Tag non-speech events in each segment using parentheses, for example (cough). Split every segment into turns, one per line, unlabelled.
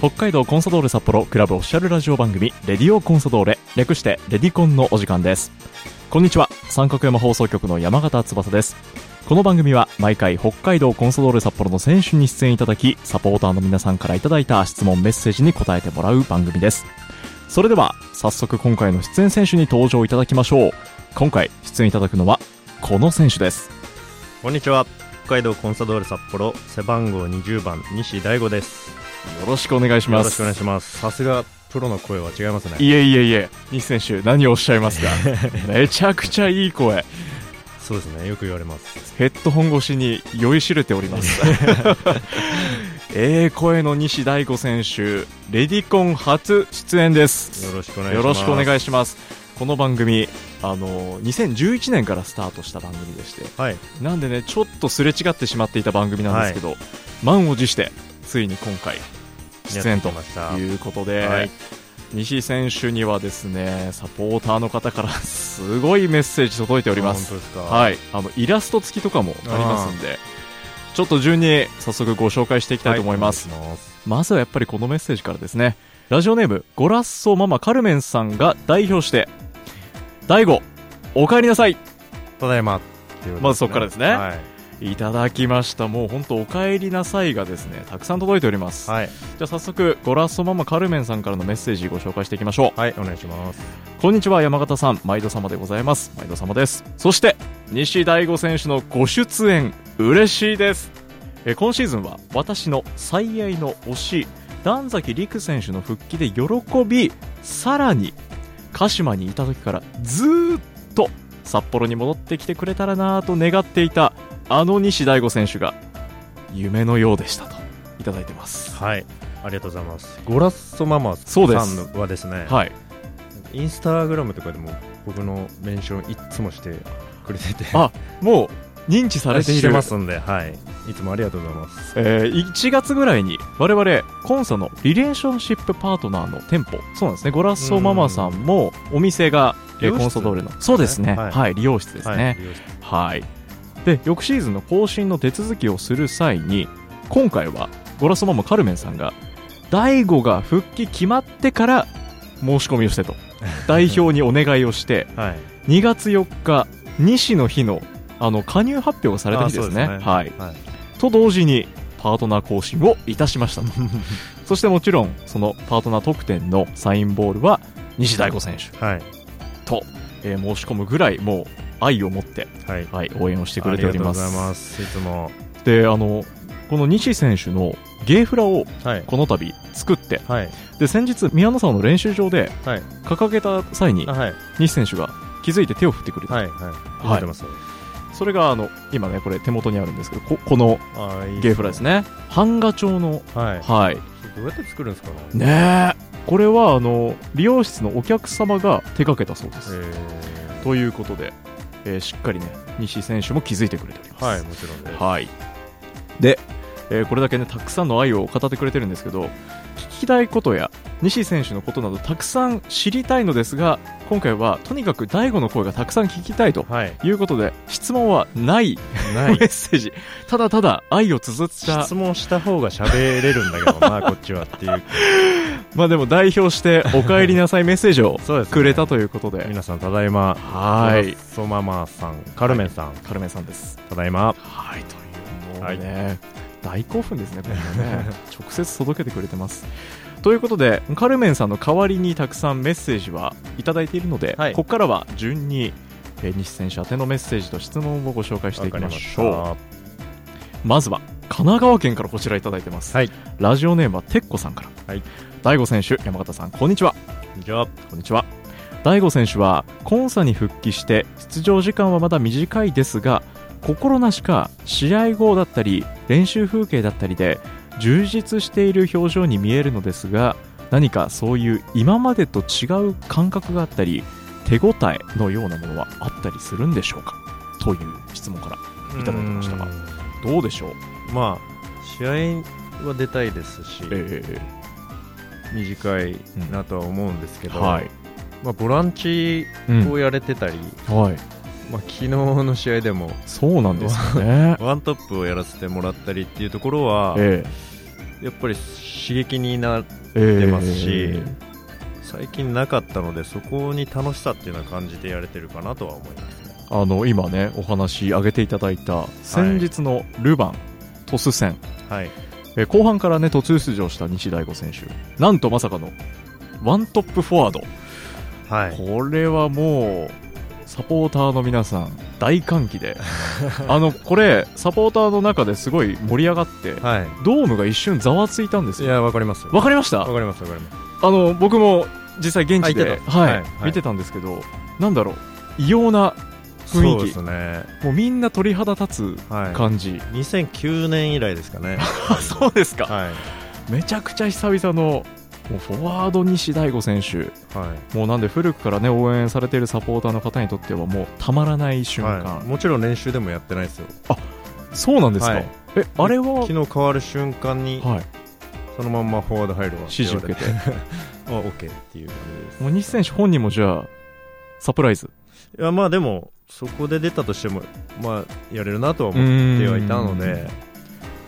北海道コンサドーレ札幌クラブオフィシャルラジオ番組「レディオコンサドーレ」略して「レディコン」のお時間ですこんにちは三角山放送局の山形翼ですこの番組は毎回北海道コンサドーレ札幌の選手に出演いただきサポーターの皆さんからいただいた質問メッセージに答えてもらう番組ですそれでは早速今回の出演選手に登場いただきましょう今回出演いただくのはこの選手です
こんにちは北海道コンサドーレ札幌背番号20番西大吾です
よろしくお願いし
よ
ま
ろしく
す
お願いしますさすがプロの声は違いますね
いえいえいえ西選手何をおっしゃい
(laughs)
ますかめちゃくちゃいい声
そうですねよく言われます
ヘッドホン越しに酔いしれております
(laughs)
ええ声の西大吾選手レディコン初出演です
よろしくお願いし
よ
ます
ろしくお願い
し
しますこの番組あの2011年からスタートした番組でして
ますはい
なんでねちょっとすれ違ってしまっていた番組なんですけど、満を持してついに今回出演と
やってきました
いうことで、
はい
西選手にはですねサポーターの方からすごいメッセージ届いておりま
あ本当
す
ですかい
はいあのイラスト付きとかもありますんでちょっと順に早速ご紹介していきたいと思います、
お願いし
まずはやっぱりこのメッセージからですね。ラジオネーム、ゴラッソママカルメンさんが代表して、大悟、お帰りなさい
ただいまっていうとですね
まずそこからですね
はい
いただきました。もう本当お帰りなさいがですね、たくさん届いております。
はい、
じゃあ早速、ゴラッソママカルメンさんからのメッセージご紹介していきましょう。
はい、お願いします
こんにちは、山形さん。毎度様でございます。毎度様です。そして、西大吾選手のご出演、嬉しいです。えー今シーズンは、私の最愛の推し、段崎陸選手の復帰で喜び、さらに、鹿島にいた時からずーっと札幌に戻ってきてくれたらなぁと願っていた、あの西大吾選手が、夢のようでしたと、いただいてます。
はいありがとうございますゴラッソママさ
そ
ん
うです
はですね
はい。
インスタグラムとかでも僕のメンションいっつもしてくれてて
あもう、認知されてい
して
る。
ますんで、はい、いつもありがとうございます。
えー1月ぐらいに我々コンサのリレーションシップパートナーの店舗そうなんですねゴラッソママさんもお店が、えー
美容室
コンサドーレのそうですねは、
はいい
理容室です
はい
ね、はいで翌シーズンの更新の手続きをする際に今回はゴラッソママカルメンさんが大悟が復帰決まってから申し込みを
(laughs)
してと代表にお願いをして
はい、
2月4日西の日のあの加入発表がされた日ですね
あそうですね
はい
はい、
と同時にパートナー更新をいたしま (laughs) したとそしてもちろんそのパートナー特典のサインボールは西大吾選手
はい、
と、えー申し込むぐらいもう愛を持って、
はい、
はい、応援をしてくれております
ありがとうございます。いつも、
であのこの西選手のゲーフラを
はい、
この度作って
はい、
で先日宮野沢の練習場で
はい、
掲げた際に
あはい、
西選手が気づいて手を振ってくれた、
はい、はい、覚えてます。
それがあの今ねこれ手元にあるんですけどここの
あいい
ゲーフラです
ね。
ね版画調の
はい、
はい
どうやって作るんですかね。
ねえこれはあの美容室のお客様が手掛けたそうで
え
す、ということで、えーしっかりね西選手も気づいてくれております
はい、もちろんです。
はいで、えーこれだけねたくさんの愛を語ってくれてるんですけど聞きたいことや西選手のことなどたくさん知りたいのですが今回はとにかく大悟の声がたくさん聞きたいと
はい、
いうことで質問はない
な
メ
い。
ッセージただただ愛を綴った
(laughs) 質問した方が喋れるんだ (laughs) けど、まあ、こっちはっていう。
まあでも代表して「お帰りなさい」メッセージを
そうです、
くれた。ということで
皆さん、ただいま。
はい。
ソママさん、カルメンさん、
カルメンさんです。
ただいま。
はい、という、もうね、大興奮ですね、これ
(laughs)
ね。直接届けてくれてます。ということで、カルメンさんの代わりにたくさんメッセージはいただいているので、
はい
ここからは順に、えー西選手宛てのメッセージと質問をご紹介していきましょう。
わかりま
まずは神奈川県からこちらいただいてます、
はい
ラジオネームはてっこさんから、
はい
大悟選手山形さんこんにちは
した。じゃあ、
こんにちは大悟選手はコンサに復帰して出場時間はまだ短いですが心なしか試合後だったり練習風景だったりで充実している表情に見えるのですが何かそういう今までと違う感覚があったり手応えのようなものはあったりするんでしょうかという質問からいただきましたが
うん
どうでしょう、
まあ、試合は出たいですし、短いなとは思うんですけど、
はい、
まあ、ボランチをやれてたり、
はい、
まあ、昨日の試合でも
そうなんですよね
(laughs) 。ワントップをやらせてもらったりっていうところは、
え
やっぱり刺激になる
出
ますし最近なかったのでそこに楽しさっていうのは感じてやれてるかなとは思いますね
あの今ねお話上げていただいた先日のルヴァン、トス戦、
はい
えー後半からね途中出場した西大吾選手なんとまさかのワントップフォワード、
はい
これはもうサポーターの皆さん大歓喜
(laughs)
であのこれサポーターの中ですごい盛り上がって、
は
ドームが一瞬ざわついたんです
いい
よ
やわかります
わかりました
わかりますわかります
あの僕も実際現地
あ
で
行って、た
はい
はいはい
見てたんですけどなんだろう異様な雰囲気
そうですね
もうみんな鳥肌立つ
は
感じ、
い2009年以来ですかね
あ (laughs) そうですか、
はい
めちゃくちゃ久々のもうフォワード西大吾選手
はい
もうなんで古くからね応援されているサポーターの方にとってはもうたまらない瞬間、
はい、もちろん練習でもやってないですよ
そうなんですか、
はい
えあれは、
昨日変わる瞬間に
はい、
そのまんまフォワード入るわ
指示受けて
あ OK っていう感じです
もう西選手本人もじゃあサプライズ
いやまあでもそこで出たとしてもまあやれるなとは思ってはいたので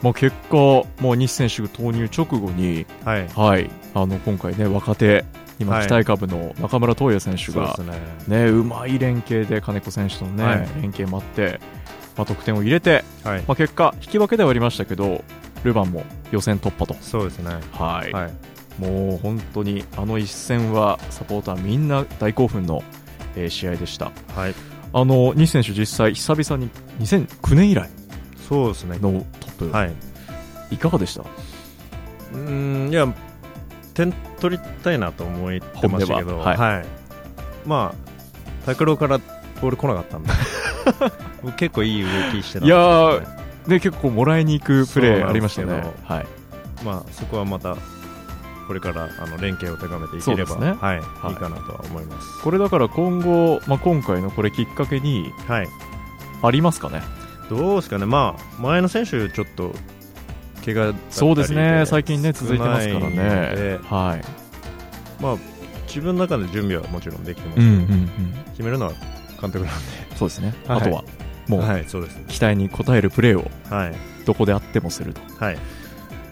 もう結果もう西選手投入直後に、
はい
はい、あの今回ね若手今
はい
期待株の中村斗也選手
そうで
が
す
ね、
ね
うまい連携で金子選手との、ね
はい
連携もあって、まあ、得点を入れて、
はい
まあ、結果、引き分けではありましたけどルヴァンも予選突破と、
そうですねは
はい
いはい
もう本当にあの一戦はサポーターみんな大興奮の、えー試合でした
はい
あの西選手、実際久々に2009年以来
そうですね
のトップ、
はい
い、かがでした
うーんいや点取りたいなと思ってましたけど
本音ははい
まあ拓郎からボール来な
(laughs)
かったんで僕結構いい動きしてたんですけどね
いやーで結構もらいに行くプレーありました
そうな
ね
んです。
はい
まあ、そこはまたこれからあの連携を高めてい
そう
ければ、
ですね
はい
はい
い、いかなとは思います。
これだから今後、まあ、今回のこれきっかけに
はい、
ありますかね
どうですかね、まあ、前の選手、ちょっと怪我だったり
そうですね、最近ね、続いてますから
少ないの
ね
で。
はい。
まあ、自分の中で準備はもちろんできてますけ
うん
ど、
うんうん。
決めるのは監督なん
そうですね。
はい
あとは、も
で、
う、
はい、そうですね、
期待に応えるプレーを
はい、
どこであってもすると。
はい、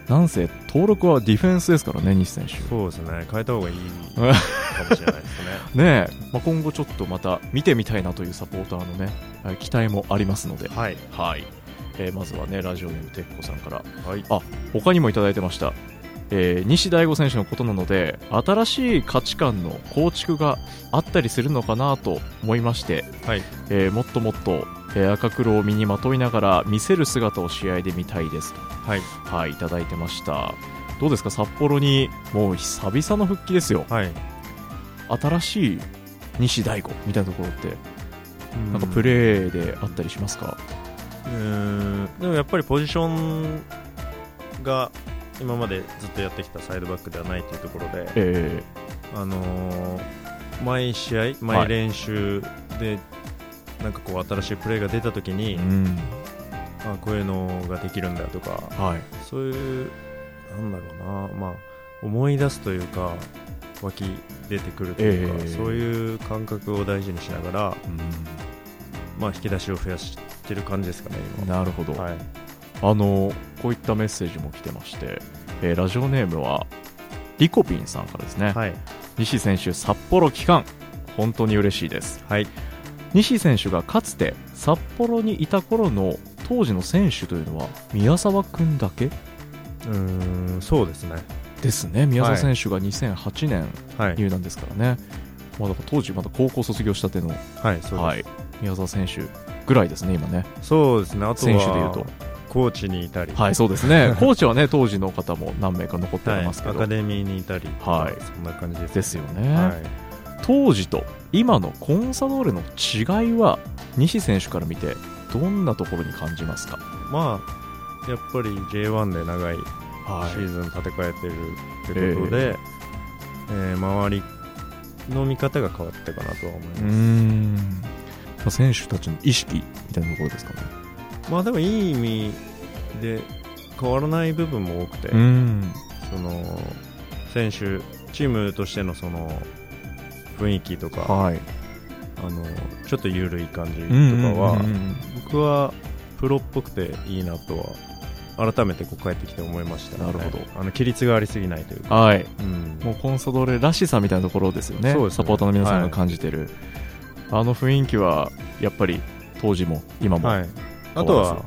なんせ、登録はディフェンスですからね、西選手。
そうですね、変えた方がいいか
(laughs)
もしれないですね。
ねえ、まあ、今後ちょっとまた見てみたいなというサポーターのね、はい期待もありますので。
はい、
はい。えーまずはね、ラジオネームてっこさんから。
はい、
他にもいただいてました。えー西大吾選手のことなので新しい価値観の構築があったりするのかなと思いまして
はい、
えーもっともっと、えー赤黒を身にまといながら見せる姿を試合で見たいですと、
はい、
はい、いただいてましたどうですか札幌にもう久々の復帰ですよ
はい、
新しい西大吾みたいなところってなんかプ
ー
レーであったりしますか、
うーんでもやっぱりポジションが今までずっとやってきたサイドバックではないというところで、
え
あのー毎試合、
はい
毎練習で、なんかこう新しいプレーが出たときに、
ーうん
あこういうのができるんだとか
はい、
そういうなんだろうな、まあ、思い出すというか湧き出てくるというか、
ええ
そういう感覚を大事にしながら、まあ、引き出しを増やしてる感じですかね
うん
今。
なるほど、
はい
あのこういったメッセージも来てまして、えーラジオネームはリコピンさんからですね、
はい
西選手札幌帰還本当に嬉しいです
はい
西選手がかつて札幌にいた頃の当時の選手というのは宮沢君だけ
うーんそうですね、
ですね宮沢選手が2008年
はい、
入団ですからね、まあ、だから当時まだ高校卒業したての、
はい、そうです、
はい、宮沢選手ぐらいですね今ね
そうですね、あと
選
は
手でいうと
コーチにいたり、
はいそうです
(laughs)
ねコーチはね当時の方も何名か残ってお
は
り
い
ま
ア
すけど、
カデミーにいたり、
はい
そんな感じです
ですよね、
はい、
当時と今のコンサドーレの違いは西選手から見てどんなところに感じますか、
まあ、やっぱり J1 で長いシーズン立て替えてるってことで、えー周りの見方が変わったかなとは思いう
ー
ます。
んまあ選手たちの意識みたいなところですかね。
まあでもいい意味で変わらない部分も多くて、
ん
その選手、チームとしてのその雰囲気とか、
はい、
あのちょっと緩い感じと
う
か
んうんうん
は僕はプロっぽくていいなとは改めてこう帰ってきて思いました、
なるほど
はいあの規律がありすぎないというか、
はい
うん
もうコンソドーレらしさみたいなところですよね
そうですね
サポーターの皆さんが感じてる、あの雰囲気はやっぱり当時も今もは、
はいい、あとは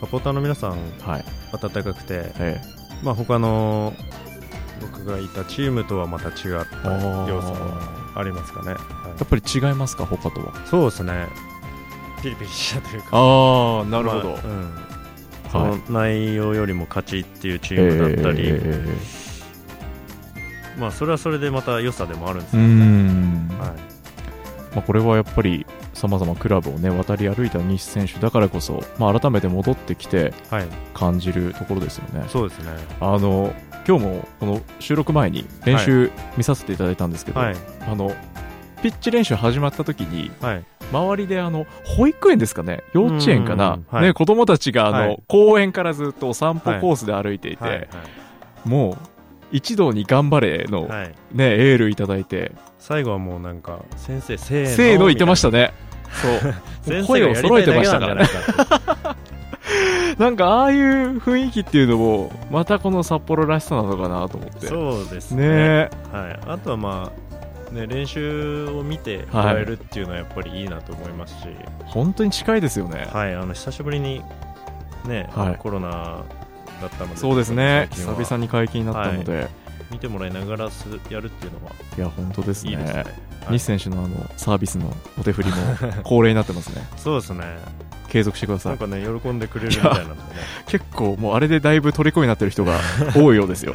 サポーターの皆さん温かくて、
え
まあ、他の僕がいたチームとはまた違っ
え
た要素も
や
ありますかね、はい
っぱり違いますか他とは
そうですねピリピリしたというか
ああな
まあうんそ
は
の
い
内容よりも勝ちっていうチ
え
ームだったり、
ええええ
まあ、それはそれでまた良さでもあるんで
う
すけどね、
ん、
はい
まあ、これはやっぱりさまざまクラブを、ね、渡り歩いた西選手だからこそ、まあ、改めて戻ってきて
はい、
感じるところですよね。
そうですね
あの今日もこの収録前に練習見させていただいたんですけど、
はい
あのピッチ練習始まった時に
はい
周りであの保育園ですかね幼稚園か
う、
なん
はい
ね、子供たちがあの、
はい
公園からずっとお散歩コースで歩いていて、
はいはい
もう一同に頑張れの、
はい
ね、エールいただいて
最後はもうなんか先生せーの
せーの言ってましたたね。 (laughs) そう
先生
声
が
を
や
揃
りた
え
い
て
だ
ま
け
し
な
た
んじ
から
ゃ
ね
ない。かって
なんかああいう雰囲気っていうのも、またこの札幌らしさなのかなと思って。
(laughs) そうです
ね
ね
え。
はい、あとはまあ、ね、練習を見てもらえるっていうのはやっぱりいいなと思いますし、
本当に近いですよね。
はい、あの久しぶりに、ね
はい
コロナだったので
そうですね。
最近は
久々に解禁になったので。い、
見てもらいながらすやるっていうのは
や、本当ですね。
いいですね。はい
西選手のあのサービスのお手振
(laughs)
りも恒例になってますね。
そうですね。
継続してくださ
なん
い。
かね、喜んでくれるみたいなんでね。
結構もうあれでだいぶ虜になってる人
(laughs)
が多いようですよ。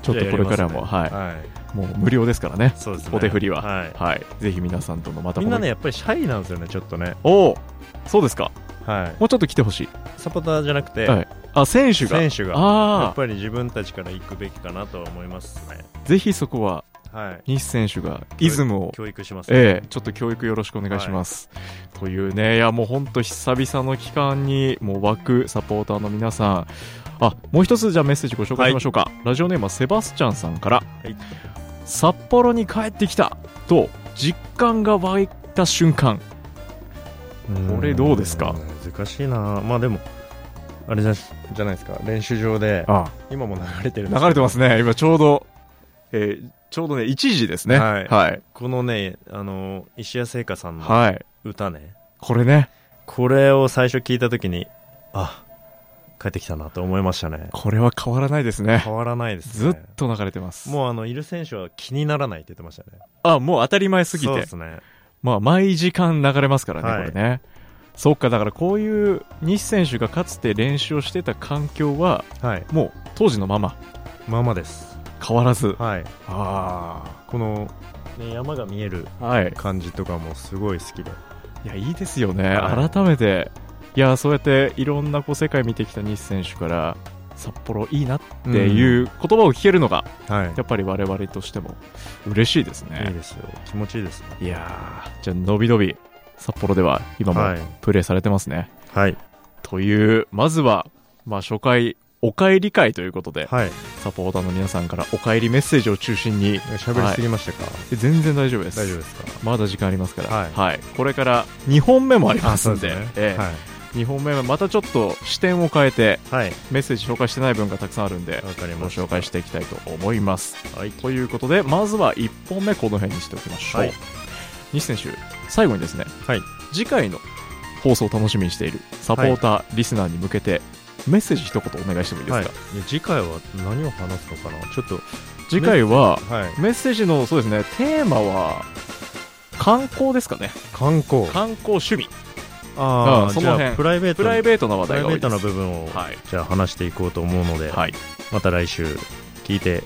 ちょっとこれからも、
じゃあや
は
りますねは
い。
い。
もう無料ですからね。
そうですね。
お手振りは。
はい。
はい。ぜひ皆さんとのまた
みんなね、
ね。
やっぱりシャイなんですよね、ちょっとね。
おおそうですか。
はい。
もうちょっと来てほしい。
サポーターじゃなくて、
はいあ、選手が。
選手が、や
あ
っぱり自分たちから行くべきかなとは思いますね。
あ、ぜひそこは
はい。
西選手がイズムを、
教育しますね、
ええ、ちょっと教育よろしくお願いします。というね、いやもう本当久々の期間にもう湧くサポーターの皆さん、あもう一つじゃあメッセージご紹介しましょうか、ラジオネームはセバスチャンさんから、
い
札幌に帰ってきたと実感が湧いた瞬間、
うん
これどうですか
難しいなまあでもあれじゃじゃないですか練習場で
あ
今も流れてるんです
流れてますね、今ちょうど、えーちょうどね、1時ですね。
はい
はい。
このねあの石谷製菓さんの
はい
歌ね
これね、
これを最初聞いた時にあ帰ってきたなと思いましたね
これは変わらないですね。
変わらないです
ず
ね
っと流れてます。
もうあのいる選手は気にならないって言ってましたね
あ、もう当たり前すぎ
そう
て
で。すね
まあ、毎時間流れますからね、
はい
これね。そっか、だからこういう西選手がかつて練習をしてた環境は、
はい
もう当時のまま、
まあまあです
変わらず。
はい
あ
この、ね、山が見える
あ。はい。
感じとかもすごい好きで
いや、いいですよね。
はい
改めて。いや、そうやっていろんなこう世界見てきた西選手から、札幌いいなって
う
いう言葉を聞けるのが、
はい
やっぱり我々としても嬉しいです
いい
ね。
ですよ気持ちいいですね
いやーじゃあ、のびのび、札幌では今
は
も
い
プレーされてますね。
はい
という、まずは、まあ、初回、お帰り会ということで、
はい
サポーターの皆さんからお帰りメッセージを中心に、
喋りすぎましたか、
え全然大丈夫です。
大丈夫ですか
まだ時間ありますから、は
はいい。
これから2本目もありますんで、
そうすね
ええ2本目はまたちょっと視点を変えて、
はい、はい、
メッセージ紹介してない分がたくさんあるんで、
わかり
ご
ました
紹介していきたいと思います。
はい
ということで、まずは1本目、この辺にしておきましょう。
はい
西選手、最後にですね、
はい
次回の放送を楽しみにしているサポーター、リスナーに向けてメッセージ一言お願いしてもいいですか、
はい、いや次回は何を話すのかなちょっと
次回は
はい
メッセージのそうですねテーマは観光ですかね
観光
観光趣味
あ
あ
あ
そ
そ
の
の
辺
辺プライベート
プライ
ベー
ベートな話
トプラ
題が
イベ
多
ー
いで
ト
す
な部分を、
はい、
じゃあ話していこうと思うので、
はい、
また来週聞いて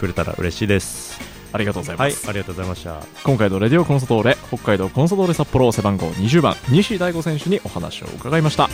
くれたら嬉しいです
ありがとうござい
は
ま
い
す、
ありがとうございました
今回のレディオコンソドーレ北海道コンソドーレ札幌背番号20番西大吾選手にお話を伺いました